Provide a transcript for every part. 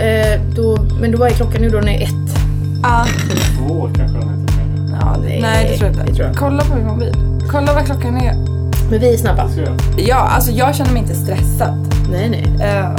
Eh, Då, men då, vad är klockan nu då? Den är ett. Ja. Två kanske den heter. mer. ja det, nej, det tror jag det inte. tror jag inte. Kolla på min mobil. Kolla vad klockan är. Men vi är snabba. Så jag- Ja, alltså jag känner mig inte stressad. Nej, nej. Eh,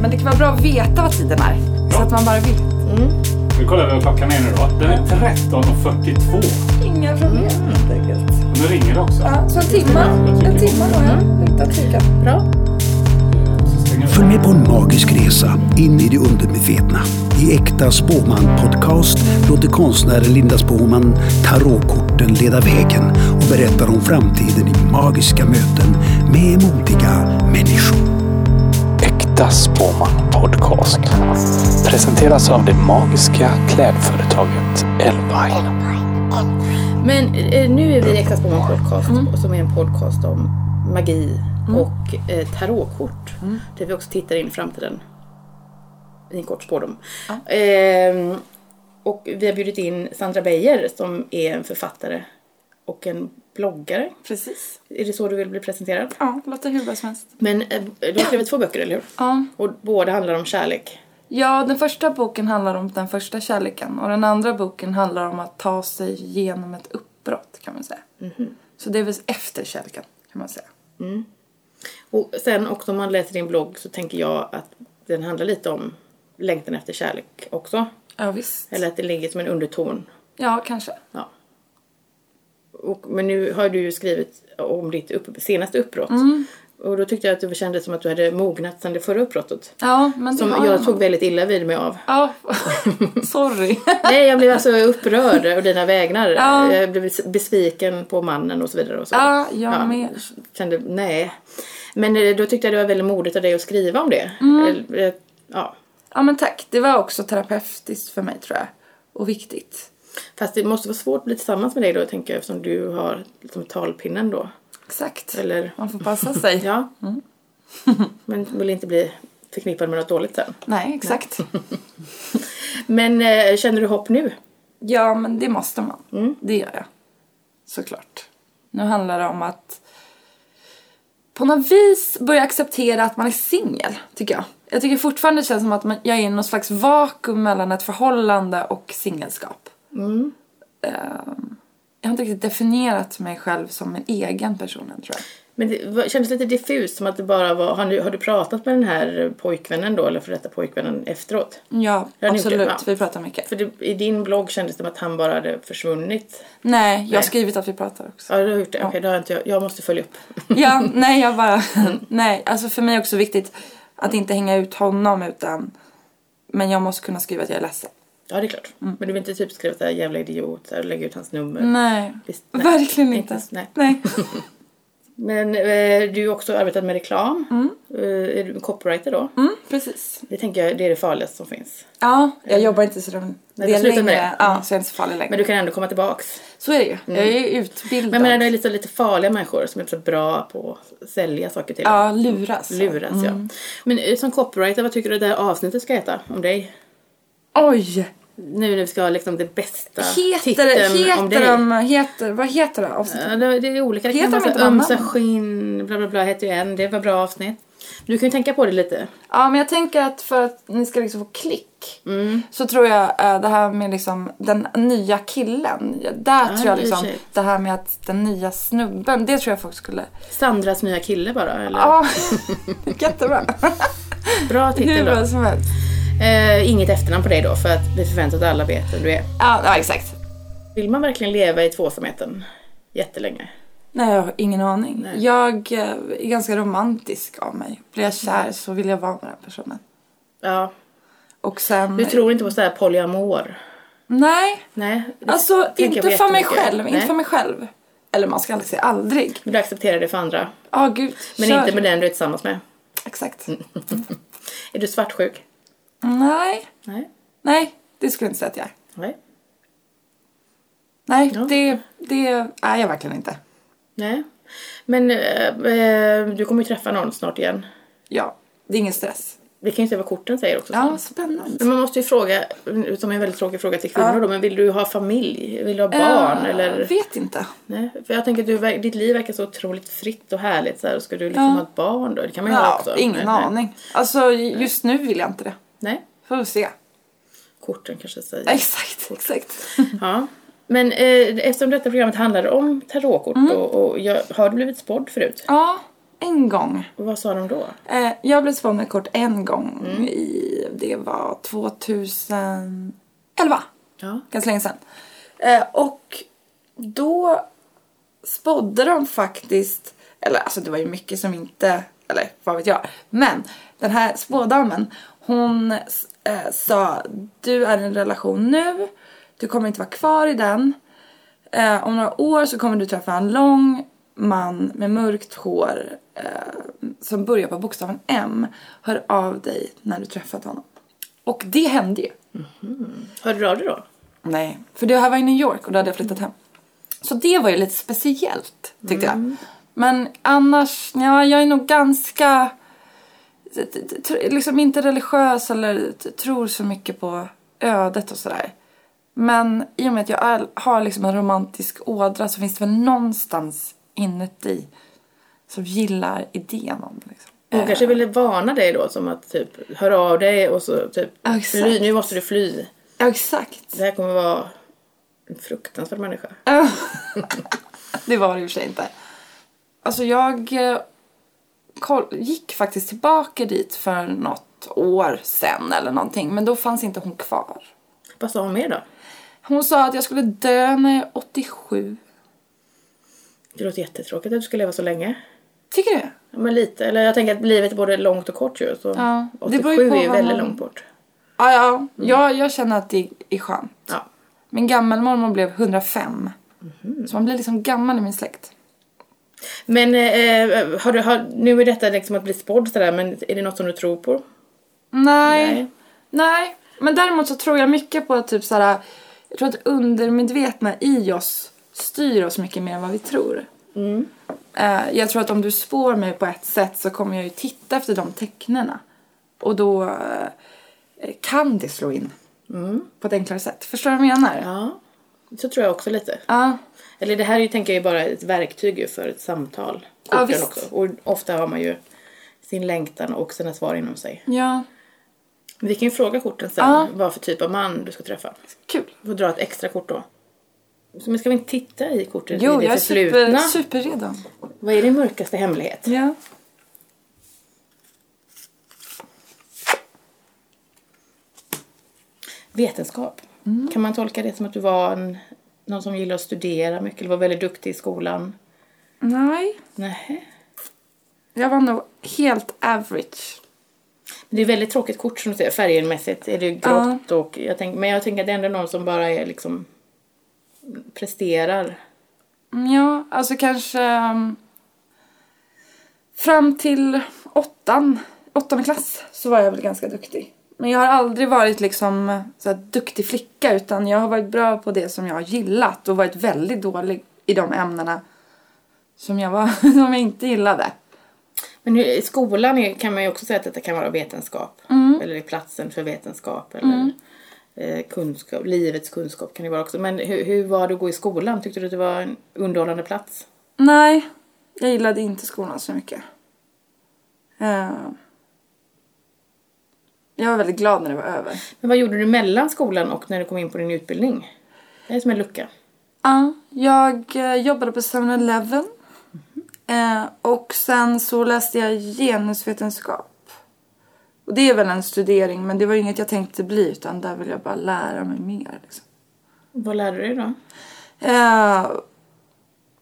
men det kan vara bra att veta vad tiden är. Så att man bara vet. Mm. Nu kollar vi vad klockan är nu då. Den är 13.42. Inga problem Mm, helt enkelt. Och nu ringer det också. Ja, Mm. så en timme. En timme har jag. Utan tvekan. Bra. Eh, Så stänger jag Följ med på en magisk resa in i det undermedvetna. I Äkta spåman podcast låter konstnären Linda Spåman tarotkorten leda vägen och berättar om framtiden i magiska möten med modiga människor. Äkta Spåman Podcast presenteras av det magiska klädföretaget Elvine. Men eh, nu är vi extra på Mm. en podcast och som är en podcast om magi och eh, tarotkort. Mm. Där vi också tittar in i framtiden. I en kort spårdom. Ehm, och vi har bjudit in Sandra Beijer som är en författare och en bloggare. Precis. Är det så du vill bli presenterad? Ja, låter hur bra som helst. Men eh, du har skrivit två böcker, eller hur? Ja. Och båda handlar om kärlek. Ja, den första boken handlar om den första kärleken och den andra boken handlar om att ta sig genom ett uppbrott kan man säga. Så det är väl efter kärleken kan man säga. Och sen också om man läser din blogg så tänker jag att den handlar lite om längtan efter kärlek också. Ja, visst. Eller att det ligger som en underton. Ja, kanske. Ja. Och, men nu har du ju skrivit om ditt upp, senaste uppbrott. Mm. Och då tyckte jag att det kändes som att du hade mognat sen det förra uppbrottet. Ja, men Som det var... jag tog väldigt illa vid mig av. Ja, sorry. Nej, jag blev alltså upprörd och dina vägnar. Ja. Jag blev besviken på mannen och så vidare. Och så. Ja, jag med. Kände, nej. Men eh, då tyckte jag det var väldigt modigt av dig att skriva om det. Mm. Eller, eh, Ja. Ja, men tack. Det var också terapeutiskt för mig tror jag. Och viktigt. Fast det måste vara svårt att bli tillsammans med dig då, tänker jag, eftersom du har liksom, talpinnen då. Exakt. Eller, Man får passa sig. ja. Men vill inte bli förknippad med något dåligt sen. Nej, exakt. Men eh, känner du hopp nu? Ja, men det måste man. Det gör jag. Såklart. Nu handlar det om att på något vis börja acceptera att man är singel, tycker jag. Jag tycker fortfarande det känns som att man, jag är i någon slags vakuum mellan ett förhållande och singelskap. Ehm, jag har inte riktigt definierat mig själv som en egen person än, tror jag. Men det var- kändes lite diffust, som att det bara var... Har du, har du pratat med den här pojkvännen då, eller för detta pojkvännen efteråt? Ja, Ja, det är absolut. mycket, ja. Vi pratar mycket. För det, i din blogg kändes det som att han bara hade försvunnit. Nej, jag har Nej. skrivit att vi pratar också. Ja, du har gjort det. Okej, det har inte jag. Jag måste följa upp. Ja, nej jag bara... Nej, alltså för mig är också viktigt att inte hänga ut honom utan... Men jag måste kunna skriva att jag är ledsen. Ja, det är klart. Men du vill inte typ skriva såhär jävla idiot och lägga ut hans nummer? Nej, Visst, nej. verkligen inte. Inte ens- nej. nej. Men eh, du har också arbetat med reklam. Eh, är du copywriter då? Mm, precis. Det tänker jag det är det farligaste som finns. Ja, jag jobbar inte så de... du slutar med det. Mm. Ja, så jag är inte så farlig längre. Men du kan ändå komma tillbaks. Så är det ju. Jag är ju utbildad. Men jag menar, det är lite, lite farliga människor som är så bra på att sälja saker till Ja, mm. luras. en. Luras, ja. Men eh, som copywriter, vad tycker du det här avsnittet ska heta om dig? Oj! Nu när vi ska ha liksom det bästa Heter, titeln om dig. heter de... Heter, vad heter det avsnittet? Ja, det det är olika. Det Heter kan vara de inte så här ömsa varannan? skinn, bla bla bla heter ju en. Det var bra avsnitt. Du kan ju tänka på det lite. Ja, men jag tänker att för att ni ska liksom få klick Mm. så tror jag eh, det här med liksom den nya killen. ja, Där tror i och jag liksom för sig. det här med att den nya snubben, det tror jag folk skulle... Sandras nya kille bara, eller? Ja, jättebra. Bra Hur titel då. bra som helst. Eh, inget efternamn på dig då, för att vi förväntar oss att alla vet vem du är. Ja, ja, exakt. Vill man verkligen leva i tvåsamheten jättelänge? Nej, jag har ingen aning. Jag eh, är ganska romantisk av mig. Blir jag kär så vill jag vara med den personen. Ja. Och sen... Du tror inte på så här polyamor? Nej, Nej. det alltså tänker jag på inte för mig jättemycket. själv. Inte Nej. för mig själv. Eller man ska aldrig säga aldrig. Men Du accepterar det för andra, Ja, gud. men kör. inte med den du är tillsammans med. Exakt. Är du svartsjuk? Nej. Nej. Nej, det skulle jag inte säga att jag är. Nej. Nej, Ja. det, det är jag verkligen inte. Nej. Men eh, eh, du kommer ju träffa någon snart igen. Ja, det är ingen stress. Vi kan ju se vad korten säger också. Ja, spännande. Men man måste ju fråga, som är en väldigt tråkig fråga till kvinnor då, men vill du ha familj? Vill du ha barn? Eh, eller? Vet inte. Nej, för jag tänker att du, ver- ditt liv verkar så otroligt fritt och härligt så här. Ska du liksom Ja. ha ett barn då? Det kan man ju ha Ja, också. ingen Nej, nej. aning. Alltså, just nu vill jag inte det. Nej. Får vi se. Korten kanske säger. Exakt, exakt. Ja. Men eh, eftersom detta programmet handlade om tarotkort Mm. och, och jag har du blivit spådd förut. Ja, en gång. Och vad sa de då? Eh, jag blev spådd med kort en gång Mm. i, det var 2011. Ja. ganska länge sedan. Eh, och då spådde de faktiskt, eller alltså det var ju mycket som inte, eller vad vet jag. Men den här spådamen, hon eh, sa du är i en relation nu, du kommer inte vara kvar i den. Eh, om några år så kommer du träffa en lång man med mörkt hår eh, som börjar på bokstaven M. Hör av dig när du träffat honom. Och det hände ju. Hörde du av dig då? Nej, för det här var i New York och då hade jag flyttat hem. Så det var ju lite speciellt tyckte Mm. jag. Men annars, ja, jag är nog ganska, t- t- tr- liksom inte religiös eller t- tror så mycket på ödet och sådär. Men i och med att jag är, har liksom en romantisk ådra så finns det väl någonstans inuti som gillar idén om det. Liksom. Hon Eh, kanske ville varna dig då som att typ hör av dig och så typ Ja, exakt. fly, nu måste du fly. Ja, exakt. Det här kommer vara en fruktansvärd människa. Det var det i och för sig inte. Alltså jag eh, koll- gick faktiskt tillbaka dit för något år sen eller någonting. Men då fanns inte hon kvar. Vad sa hon mer då? Hon sa att jag skulle dö när jag är 87. Det låter jättetråkigt att du ska leva så länge. Tycker du? Ja, men lite. Eller jag tänker att livet är både långt och kort ju. Så Ja, det 87 beror ju på är ju vad väldigt man- långt bort. Ah, ja, jag, jag känner att det är skönt. Ja. Min gammelmormor blev 105. Så man blir liksom gammal i min släkt. Men eh, har du, har, nu är detta liksom att bli spådd sådär, men är det något som du tror på? Nej. Nej. Nej. Men däremot så tror jag mycket på att typ såhär, jag tror att undermedvetna i oss styr oss mycket mer än vad vi tror. Mm. Eh, jag tror att om du spår mig på ett sätt så kommer jag ju titta efter de tecknena. Och då eh, kan det slå in. På ett enklare sätt. Förstår du vad jag menar? Mm. Ja, så tror jag också lite. Ja. Eller det här är ju, tänker jag är bara ett verktyg ju för ett samtal. Ja, Korten visst. Också. Och ofta har man ju sin längtan och sina svar inom sig. ja. Men vi kan ju fråga korten sen Ja. vad för typ av man du ska träffa. Kul. Du får dra ett extra kort då. Så, men ska vi inte titta i korten Jo, i jag det är förflutna? super, superredo. Vad är din mörkaste hemlighet? Ja. Vetenskap. Kan man tolka det som att du var en, någon som gillade att studera mycket eller var väldigt duktig i skolan? Nej. Nej. Jag var nog helt average. Det är väldigt tråkigt kort som du säger, färgmässigt är det ju grått och jag tänk, men jag tänker att det är ändå någon som bara är liksom presterar. Mm, Ja, alltså kanske ehm, fram till åttan, åttonde klass så var jag väl ganska duktig. Men jag har aldrig varit liksom så här, duktig flicka utan jag har varit bra på det som jag har gillat och varit väldigt dålig i de ämnena som jag, var, som jag inte gillade. Men hur, i skolan är, kan man ju också säga att detta kan vara vetenskap. Eller är platsen för vetenskap. Eller eh, kunskap, livets kunskap kan det vara också. Men hur, hur var det att gå i skolan? Tyckte du att det var en underhållande plats? Nej, jag gillade inte skolan så mycket. Eh, jag var väldigt glad när det var över. Men vad gjorde du mellan skolan och när du kom in på din utbildning? Det är som en lucka. Ja, jag eh, jobbade på 7-Eleven. Eh, och sen så läste jag genusvetenskap. Och det är väl en studering, men det var ju inget jag tänkte bli utan där vill jag bara lära mig mer. Liksom. Vad lärde du dig då? Eh,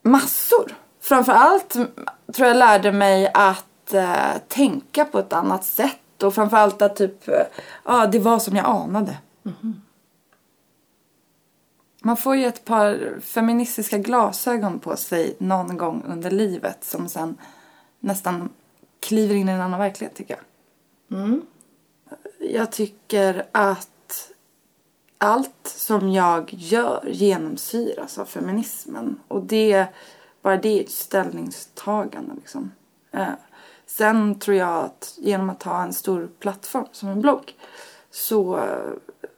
massor. Framförallt mm, tror jag lärde mig att eh, tänka på ett annat sätt och framförallt att typ, eh, ja det var som jag anade. Man får ju ett par feministiska glasögon på sig någon gång under livet som sen nästan kliver in i en annan verklighet tycker jag. Jag tycker att allt som jag gör genomsyras av feminismen. Och det, bara det är ett ställningstagande. Liksom. Eh, sen tror jag att genom att ha en stor plattform som en blogg så eh,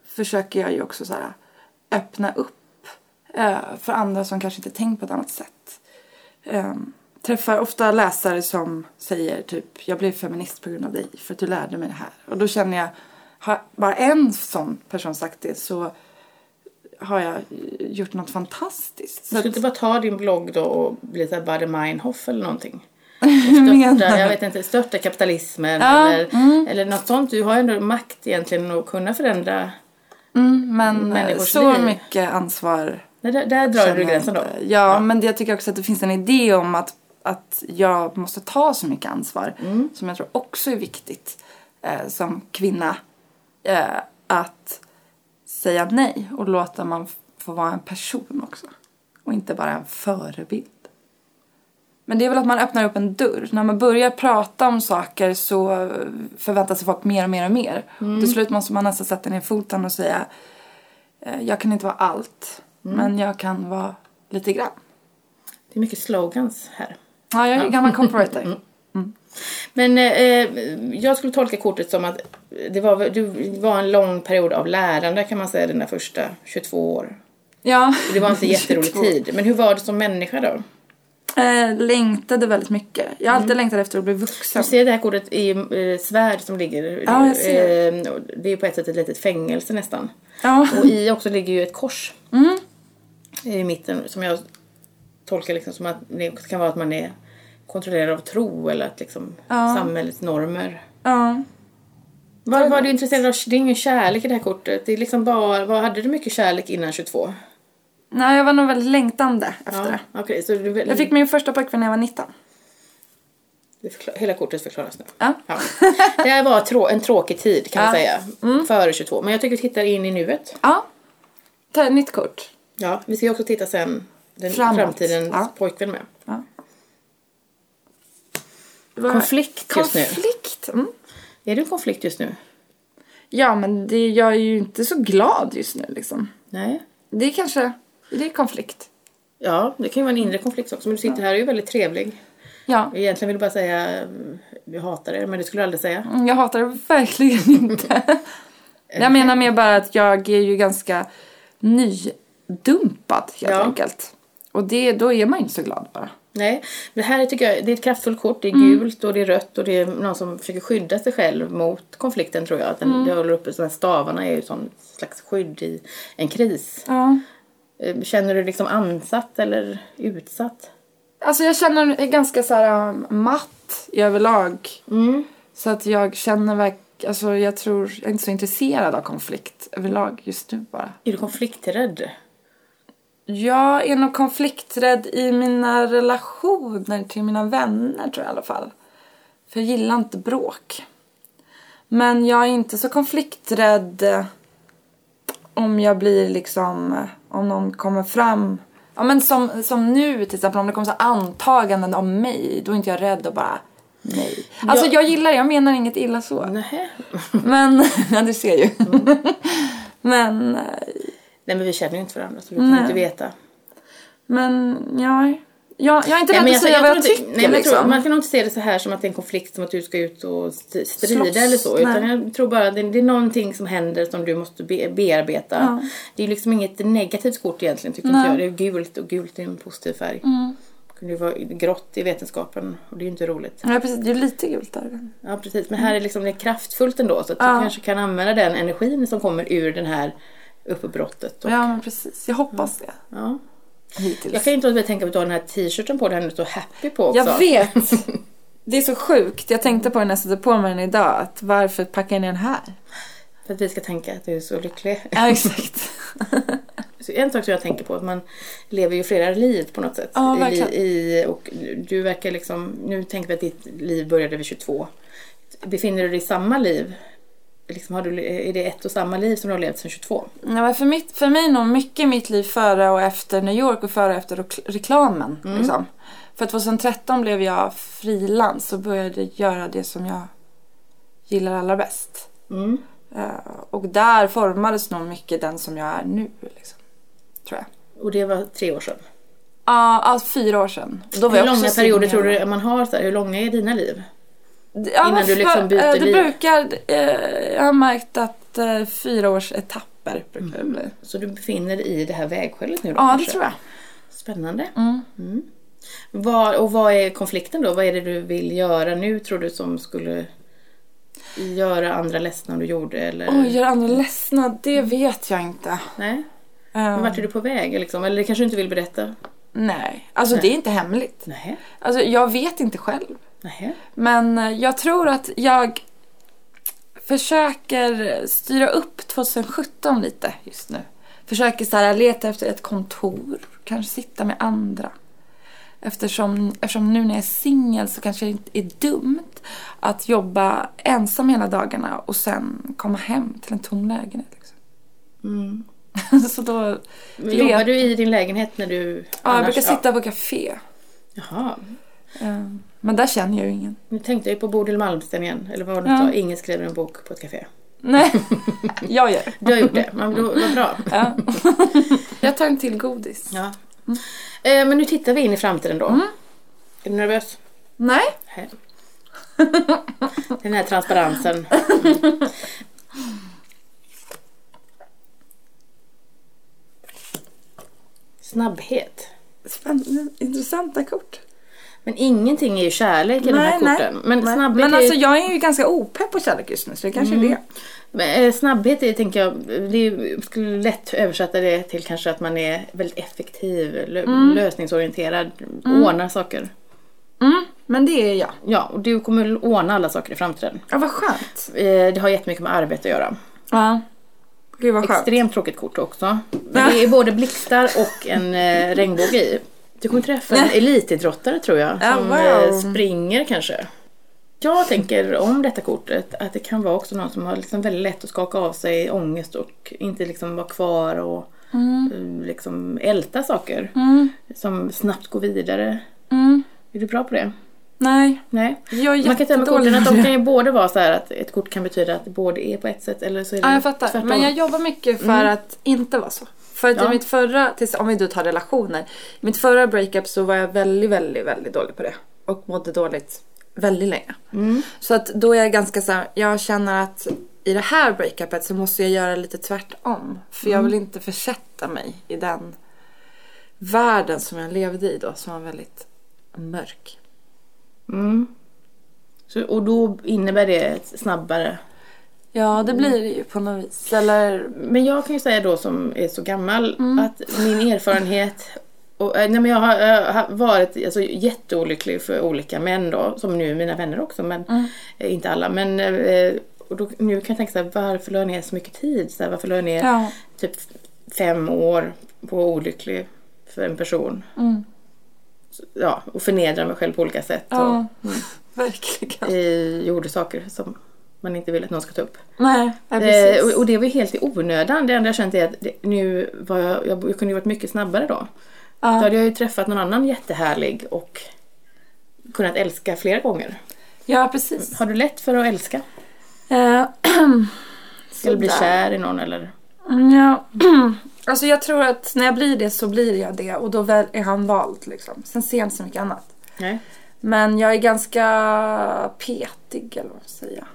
försöker jag ju också så här, öppna upp eh, för andra som kanske inte tänkt på ett annat sätt. Eh, träffar ofta läsare som säger typ jag blev feminist på grund av dig för att du lärde mig det här. Och då känner jag har bara en sån person sagt det så har jag gjort något fantastiskt. Så Du att, skulle inte bara ta din blogg då och bli såhär Bader Meinhof eller någonting? menar Störta, du? jag vet inte, störta kapitalismen Ja, mm. eller, eller något sånt. Du har ju ändå makt egentligen att kunna förändra. men eh, människors så liv. mycket ansvar Nej, där, där drar känner du jag gränsen då. inte. Ja, men det, jag tycker också att det finns en idé om att, att jag måste ta så mycket ansvar. Mm. Som jag tror också är viktigt eh, som kvinna. Eh, att säga nej och låta man f- få vara en person också. Och inte bara en förebild. Men det är väl att man öppnar upp en dörr. När man börjar prata om saker så förväntar sig folk mer och mer och mer. Och Mm. till slut måste man nästan sätta ner foten och säga Eh, Jag kan inte vara allt, Mm. men jag kan vara lite grann. Det är mycket slogans här. Ja, jag är gammal corporator. Mm. Men eh, eh, jag skulle tolka kortet som att det var, väl- du det var en lång period av lärande kan man säga dina första 22 år. Ja. Det var inte en jätterolig tid. Men hur var du som människa då? Eh, längtade väldigt mycket. Jag har alltid längtat efter att bli vuxen. Mm. Du ser det här kortet i eh, svärd som ligger. Ja, jag ser. Eh, och Det är på ett sätt ett litet fängelse nästan. Ja. Och i också ligger ju ett kors. Mm. I mitten som jag tolkar liksom som att det kan vara att man är kontrollerad av tro eller att liksom samhällets normer. ja. Vad var du intresserad av? Det är ingen kärlek i det här kortet. Det är liksom bara, vad hade du mycket kärlek innan 22? Nej, jag var nog väldigt längtande efter det. Ja, okej, så du, Jag fick min första pojkvän när jag var 19. det förkla- hela kortet förklaras nu. Ja. Ja. Det här var trå- en tråkig tid kan man Ja. säga. Mm. Före 22. Men jag tycker vi tittar in i nuet. Ja. Ta ett nytt kort. Ja, vi ska ju också titta sen den Framåt. framtidens Ja. pojkvän med. Vad- Konflikt just nu. Konflikt. Mm. Är du i konflikt just nu? Ja, men det, jag är ju inte så glad just nu liksom. Nej. Det är kanske... Det är konflikt. Ja, det kan ju vara en inre konflikt också. Men du sitter här och är ju väldigt trevlig. Ja. Egentligen vill du bara säga mm, vi hatar er, men det skulle du aldrig säga. Mm, Jag hatar det verkligen inte. jag menar mer bara att jag är ju ganska nydumpad helt Ja. enkelt. Och det, då är man ju inte så glad bara. Nej, det här tycker jag det är ett kraftfullt kort. Det är gult och det är rött och det är någon som försöker skydda sig själv mot konflikten tror jag. Att den, det håller uppe, så här stavarna är ju sån slags skydd i en kris. Ja. Eh, Känner du dig liksom ansatt eller utsatt? Alltså jag känner mig ganska så här um, matt i överlag. Så att jag känner verk, alltså jag tror, jag är inte så intresserad av konflikt överlag just nu bara. Är du konflikträdd? Jag är nog konflikträdd i mina relationer till mina vänner tror jag i alla fall. För jag gillar inte bråk. Men jag är inte så konflikträdd eh, om jag blir liksom, eh, om någon kommer fram. Ja men som, som nu till exempel, om det kommer så här antaganden om mig, då är inte jag rädd och bara nej. Alltså jag gillar det, jag menar inget illa så. Nej. Men, ja du ser ju. men, eh, Nej men vi känner ju inte varandra så vi kan inte veta. Men ja, jag, jag är inte rädd att jag- säga jag tror vad jag inte- tycker nej, men jag tror, liksom. Man kan nog inte se det så här som att det är en konflikt som att du ska ut och st- strida Slåss, eller så. Utan nej. jag tror bara att det, det är någonting som händer som du måste be, bearbeta. Det är ju liksom inget negativt kort egentligen tycker inte jag. Det är gult och gult är en positiv färg. Mm. Det kunde ju vara grått i vetenskapen och det är ju inte roligt. Ja precis, det är lite gult där. Ja precis, men här är liksom det kraftfullt ändå så att du kanske kan använda den energin som kommer ur den här uppbrottet. Och, Ja men precis, jag hoppas det. ja. Hittills. Jag kan ju inte låta bli att tänka på att du har den här t-shirten på dig här nu står happy på också. Jag vet! Det är så sjukt. Jag tänkte på det när jag satte på mig den idag. Att varför packar ni den här? För att vi ska tänka att du är så lycklig. Ja exakt. Så en sak som jag tänker på är att man lever ju flera liv på något sätt. Ja, I, verkligen. i, och du verkar liksom, nu tänker vi att ditt liv började vid 22. Befinner du dig i samma liv? Liksom har du, är det ett och samma liv som du har levt sedan 22? Nej, men för, mitt, för mig nog mycket i mitt liv före och efter New York och före och efter rek- reklamen. Mm. Liksom. För 2013 blev jag frilans och började göra det som jag gillar allra bäst. Mm. Eh, och där formades nog mycket den som jag är nu. Liksom, tror jag. Och det var tre år sedan. Ja, alltså fyra år sedan. Och Då var Hur jag också långa perioder singel. tror du man har? Så här, hur långa är dina liv? ja, innan du för- liksom byter eh, det liv? brukar, eh, Jag har märkt att eh, fyra års etapper brukar det bli. Så du befinner dig i det här vägskälet nu då? Ja, det kanske? tror jag. Spännande. Mm. Vad- och vad är konflikten då? Vad är det du vill göra nu tror du som skulle göra andra ledsna om du gjorde eller? Oj, gör andra ledsna? Det vet jag inte. Nej. Ehm, Men vart är du på väg liksom? Eller det kanske du inte vill berätta? Nej, alltså det är inte hemligt. Nej. Alltså jag vet inte själv. Nej. Men eh, jag tror att jag försöker styra upp 2017 lite just nu. Försöker så här leta efter ett kontor, kanske sitta med andra. Eftersom, eftersom nu när jag är singel så kanske det inte är dumt att jobba ensam hela dagarna och sen komma hem till en tom lägenhet. Liksom. så då... Men jobbar du i din lägenhet när du Ja, jag annars- brukar sitta på café. Jaha. Eh, Men där känner jag ju ingen. Nu tänkte jag ju på Bodil Malmsten igen. Eller vad hon Ja. sa, ingen skrev en bok på ett café. Nej, jag gör det. Du har gjort det, men då- vad bra. Ja. Jag tar en till godis. Ja. Mm. Eh, men nu tittar vi in i framtiden då. Är du nervös? Nej. Nej. Den här transparensen. Snabbhet. Spännande, intressanta kort. Men ingenting är ju kärlek i de här korten. Men Nej. snabbhet, Men alltså är, Mm. jag är ju ganska opepp på kärlek just nu så det kanske är det. men, eh, snabbhet är, tänker jag, det är, ju- skulle lätt översätta det till kanske att man är väldigt effektiv, lö, Mm. lösningsorienterad, ordnar saker. Men det är jag. Ja, och du kommer ordna alla saker i framtiden. Ja vad skönt. Eh, Det har jättemycket med arbete att göra. Ja. Gud vad skönt. Extremt tråkigt kort också. Men det är både blixtar och en eh, regnbåge i. Du kommer träffa en elitidrottare tror jag. Ja, Som wow. eh, springer kanske. Jag tänker om detta kortet att det kan vara också någon som har liksom väldigt lätt att skaka av sig ångest och inte liksom vara kvar och Mm. eh, liksom älta saker. Som snabbt går vidare. Är du bra på det? Mm. Nej. Nej. Jag är Man kan säga med jättedålig korten att på de det. kan ju både vara så här att ett kort kan betyda att det både är på ett sätt eller så är det Ja jag fattar. tvärtom. Men jag jobbar mycket för att inte vara så. För att i Ja. mitt förra, tills- om vi då tar relationer. I mitt förra breakup så var jag väldigt, väldigt, väldigt dålig på det. Och mådde dåligt väldigt länge. Så att då är jag ganska så här, jag känner att i det här breakupet så måste jag göra lite tvärtom. För jag vill inte försätta mig i den världen som jag levde i då. Som var väldigt mörk. Så, och då innebär det ett snabbare. Ja det blir det ju på något vis. Eller Men jag kan ju säga då som är så gammal Mm. att min erfarenhet och, eh, nej men jag har, eh, har varit alltså, jätteolycklig för olika män då, som nu är mina vänner också, men Mm. eh, inte alla. Men eh, och då, nu kan jag tänka så här, varför la jag ner så mycket tid? Så här, varför la jag ner Ja. typ fem år på att vara olycklig för en person? Mm. Så, ja, och förnedra mig själv på olika sätt. ja. Verkligen. Och, eh, gjorde saker som man inte vill att någon ska ta upp. Nej, ja, precis. Eh, och, och det var ju helt i onödan. Det enda jag känt är att det, nu var jag, jag, jag kunde ju varit mycket snabbare då. Då hade jag ju träffat någon annan jättehärlig och kunnat älska flera gånger. Ja precis. Har du lätt för att älska? Eh, Eller bli Sådär. kär i någon eller? Ja. Alltså jag tror att när jag blir det så blir jag det och då väl är han valt liksom. Sen ser jag inte så mycket annat. Nej. Men jag är ganska petig eller vad man ska säga.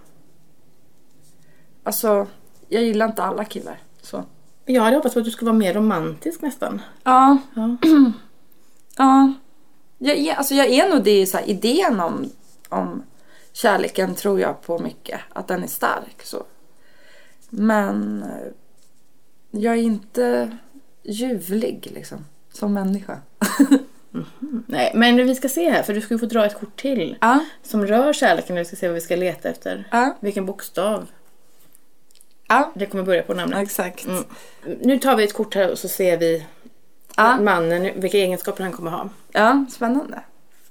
Alltså, jag gillar inte alla killar. Så. Jag hade hoppats på att du skulle vara mer romantisk nästan. Ja. Ja. ja. Jag är, alltså jag är nog det i så här, idén om, om kärleken tror jag på mycket. Att den är stark så. Men eh, jag är inte ljuvlig liksom. Som människa. Nej, men vi ska se här för du ska ju få dra ett kort till. Ja. Som rör kärleken och vi ska se vad vi ska leta efter. Ja. Vilken bokstav. Ja. Det kommer börja på namnet. Exakt. Nu tar vi ett kort här och så ser vi Ja. mannen, vilka egenskaper han kommer ha. Ja, spännande.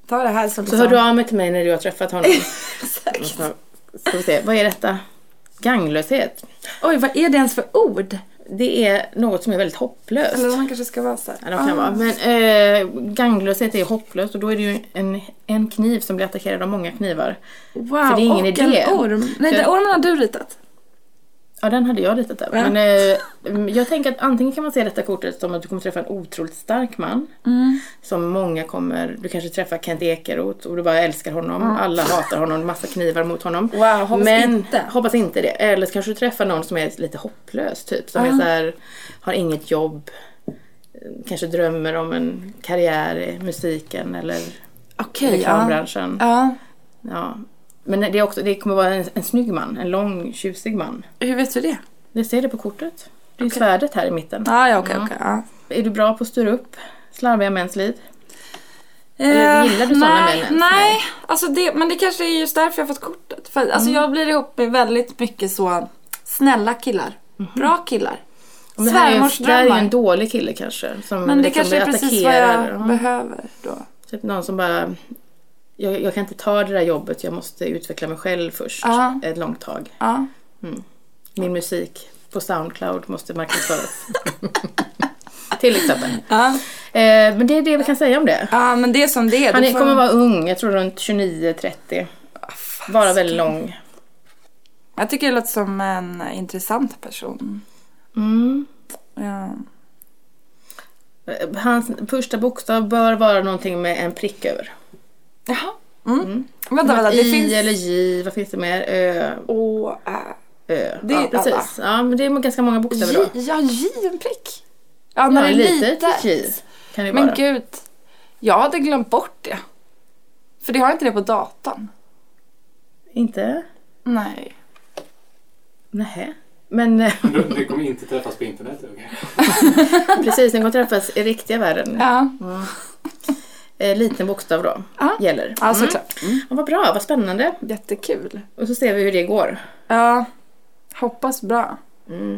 Ta det här som Så hör du av mig till mig när du har träffat honom. Exakt. Så ska vi se, vad är detta? Ganglöshet. Oj, vad är det ens för ord? Det är något som är väldigt hopplöst. Eller man kanske ska vara så här. Ja, det kan vara. Men eh, ganglöshet är hopplöst och då är det ju en, en kniv som blir attackerad av många knivar. Ah. Wow, För det är ingen och idé. en orm. Nej, För- den ormen har du ritat. Ja, den hade jag ritat där. Ja. Men eh, jag tänker att antingen kan man se detta kortet som att du kommer träffa en otroligt stark man. Mm. Som många kommer, du kanske träffar Kent Ekeroth och du bara älskar honom. Alla hatar honom, massa knivar mot honom. Wow, hoppas Men, inte. Hoppas inte det. Eller så kanske du träffar någon som är lite hopplös typ. Som är så här, har inget jobb. eh, Kanske drömmer om en karriär i musiken eller Okej, ja. reklambranschen. Ja. Ja. Men det, är också, det kommer vara en, en snygg man, en lång tjusig man. Hur vet du det? Det ser det på kortet. Det är ju svärdet här i mitten. Ah, ja, okej, okej. ja. Är du bra på att styra upp slarviga mäns liv? Eh, gillar du sådana nej, män ens? Nej, Nej. alltså det, men det kanske är just därför jag fått kortet. För, alltså Mm. jag blir ihop med väldigt mycket så snälla killar. Bra killar. Om Mhm. Det här, är ju, det här är ju Svärmorsdrömmar. en dålig kille kanske. Som men det liksom kanske är precis vad jag attackerar. Ja. behöver då. Typ någon som bara, jag, jag kan inte ta det där jobbet, jag måste utveckla mig själv först Ja. ett långt tag. Ja. Min musik på Soundcloud måste marknadsföras. Till exempel. Ja. Eh, men det är det vi kan säga om det. ja, men det är som det är. Han Du är, får- Ah, kommer vara ung, jag tror runt 29-30. Vara väldigt lång. Jag tycker det låter som en intressant person. Mm. Ja. Eh, Hans första bokstav bör vara någonting med en prick över. Jaha. Mm. Vänta, vänta. Det I finns... eller J, vad finns det mer? Ö, Å, Ä. ö. Det är ja, precis. Ja, men det är ganska många bokstäver då. J, ja, J en prick. Ja, Ja, när det är litet litet. J kan det Men vara. gud, jag hade glömt bort det. För det har inte det på datan. Inte? Nej. Nej. Men eh, Du- Ni kommer inte träffas på internet, okej? precis, ni kommer träffas i riktiga världen. Ja, Eh, liten bokstav då, Ja. gäller. Mm. ja såklart. Ja, vad bra, vad spännande. Jättekul. Och så ser vi hur det går. Ja, hoppas bra.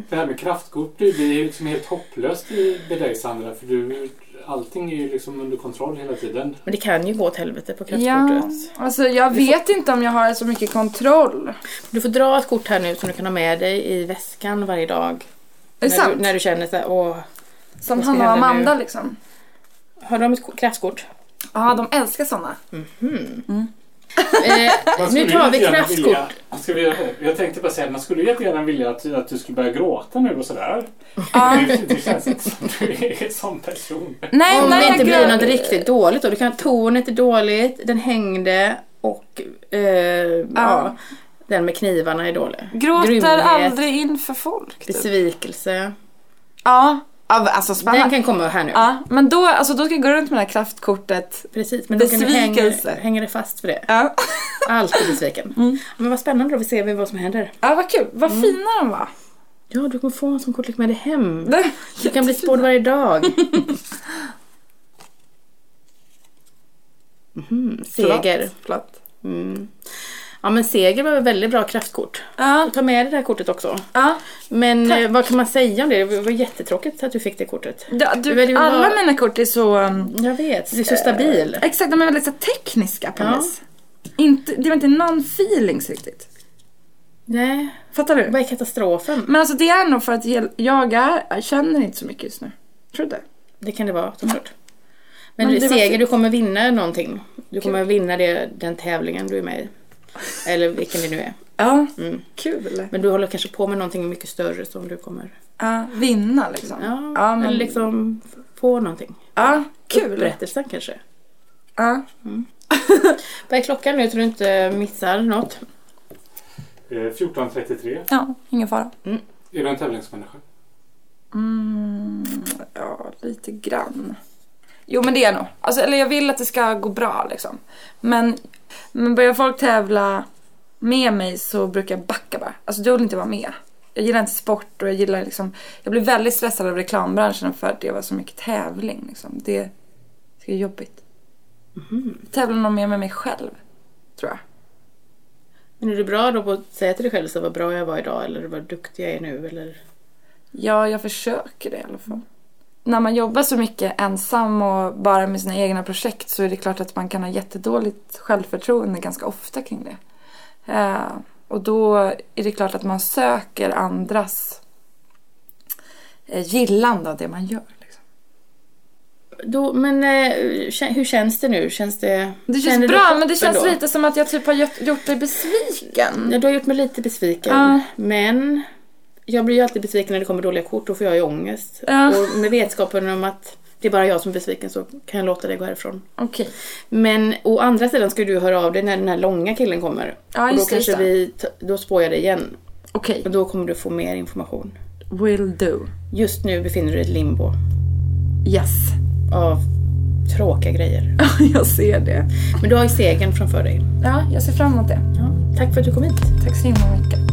Det här med kraftkort, det det är ju liksom helt hopplöst i- med dig Sandra. För du, allting är ju liksom under kontroll hela tiden. Men det kan ju gå åt helvete på Ja, kraftkortet. alltså jag vet inte om jag har så mycket kontroll. Du får dra ett kort här nu som du kan ha med dig i väskan varje dag. när, Är det du, sant? när du känner så här, åh. Som vad ska Hanna och hända Amanda nu? liksom. Har de ett ko- kraftkort? Ja, de älskar såna. Eh, Man nu skulle tar vi jättegärna kraftkort. vilja- man skulle, jag tänkte bara säga, man skulle jättegärna vilja att, att du skulle börja gråta nu och sådär. Det, det känns inte som du är en sån person. Nej, Om nej, det jag inte blir glöm- något riktigt dåligt då. Du kan, tornet är dåligt, den hängde och eh, ja. den med knivarna är dålig. Gråter Grymhet, aldrig inför folk. Typ. Besvikelse. Ja, ja, alltså Den spännande. kan komma här nu. Ja, men då, alltså, då ska jag gå runt med det här kraftkortet. Precis, men då kan du Besvikelse. Mm. hänger, hänger det fast för det. Ja, Alltid besviken. Men vad spännande då, vi ser vad som händer. ja vad kul. Vad Mm. fina de var. Ja, du kommer få en sån kortlek med dig hem. Det- Du kan bli spådd varje dag. Mhm, seger. Förlåt. Mm. Ja men seger var ett väldigt bra kraftkort. Ja, Ta med dig det här kortet också. ja. Men eh, vad kan man säga om det? Det var jättetråkigt att du fick det kortet. Du, Men du, det alla var- mina kort är så... um, Jag vet, Eh, du är så stabil. Exakt, de är väldigt så här tekniska på Ja. något vis. Inte, det var inte någon feelings riktigt. Nej, Fattar du? vad är katastrofen? Men alltså det är nog för att jag, jag, är, jag känner inte så mycket just nu. Tror du det? Det kan det vara såklart. Mm. Men, Men det var seger, fint. du kommer vinna någonting. Du kommer vinna det, den tävlingen du är med i. Eller vilken det nu är. Ja, kul. Men du håller kanske på med någonting mycket större som du kommer... Ja, vinna liksom. Ja, men- eller liksom få någonting. ja kul. Berättelsen kanske. Ja. Vad är klockan nu så du inte missar något? Eh, 14.33. ja, ingen fara. Är du en tävlingsmänniska? Mm, Ja, lite grann. Jo, men det är jag nog. Alltså, eller jag vill att det ska gå bra liksom. Men, men börjar folk tävla med mig så brukar jag backa bara. Alltså du vill inte vara med. Jag gillar inte sport och jag gillar liksom... Jag blev väldigt stressad av reklambranschen för att det var så mycket tävling liksom. Det det är jobbigt. Tävla nog mer med mig själv, tror jag. Men är du bra då på att säga till dig själv så vad bra jag var idag eller vad duktig jag är nu eller? Ja, jag försöker det i alla fall. När man jobbar så mycket ensam och bara med sina egna projekt så är det klart att man kan ha jättedåligt självförtroende ganska ofta kring det. Eh, och då är det klart att man söker andras eh, gillande av det man gör. Liksom. Då, men eh, kä- hur känns det nu? Känns det... Det känns känner du bra, hopp men det känns ändå? lite som att jag typ har gjort, gjort dig besviken. Ja, du har gjort mig lite besviken. Ja. Men jag blir ju alltid besviken när det kommer dåliga kort, då får jag ju ångest. Ja. Och med vetskapen om att det är bara jag som är besviken så kan jag låta dig gå härifrån. Okej. Men å andra sidan ska du höra av dig när den här långa killen kommer. Ja, och då just det, kanske just det. vi, t- då spår jag dig igen. Okej. Och då kommer du få mer information. Will do. Just nu befinner du dig i ett limbo Yes. av tråkiga grejer. jag ser det. Men du har ju segern framför dig. Ja, jag ser fram emot det. Ja. Tack för att du kom hit. Tack så himla mycket.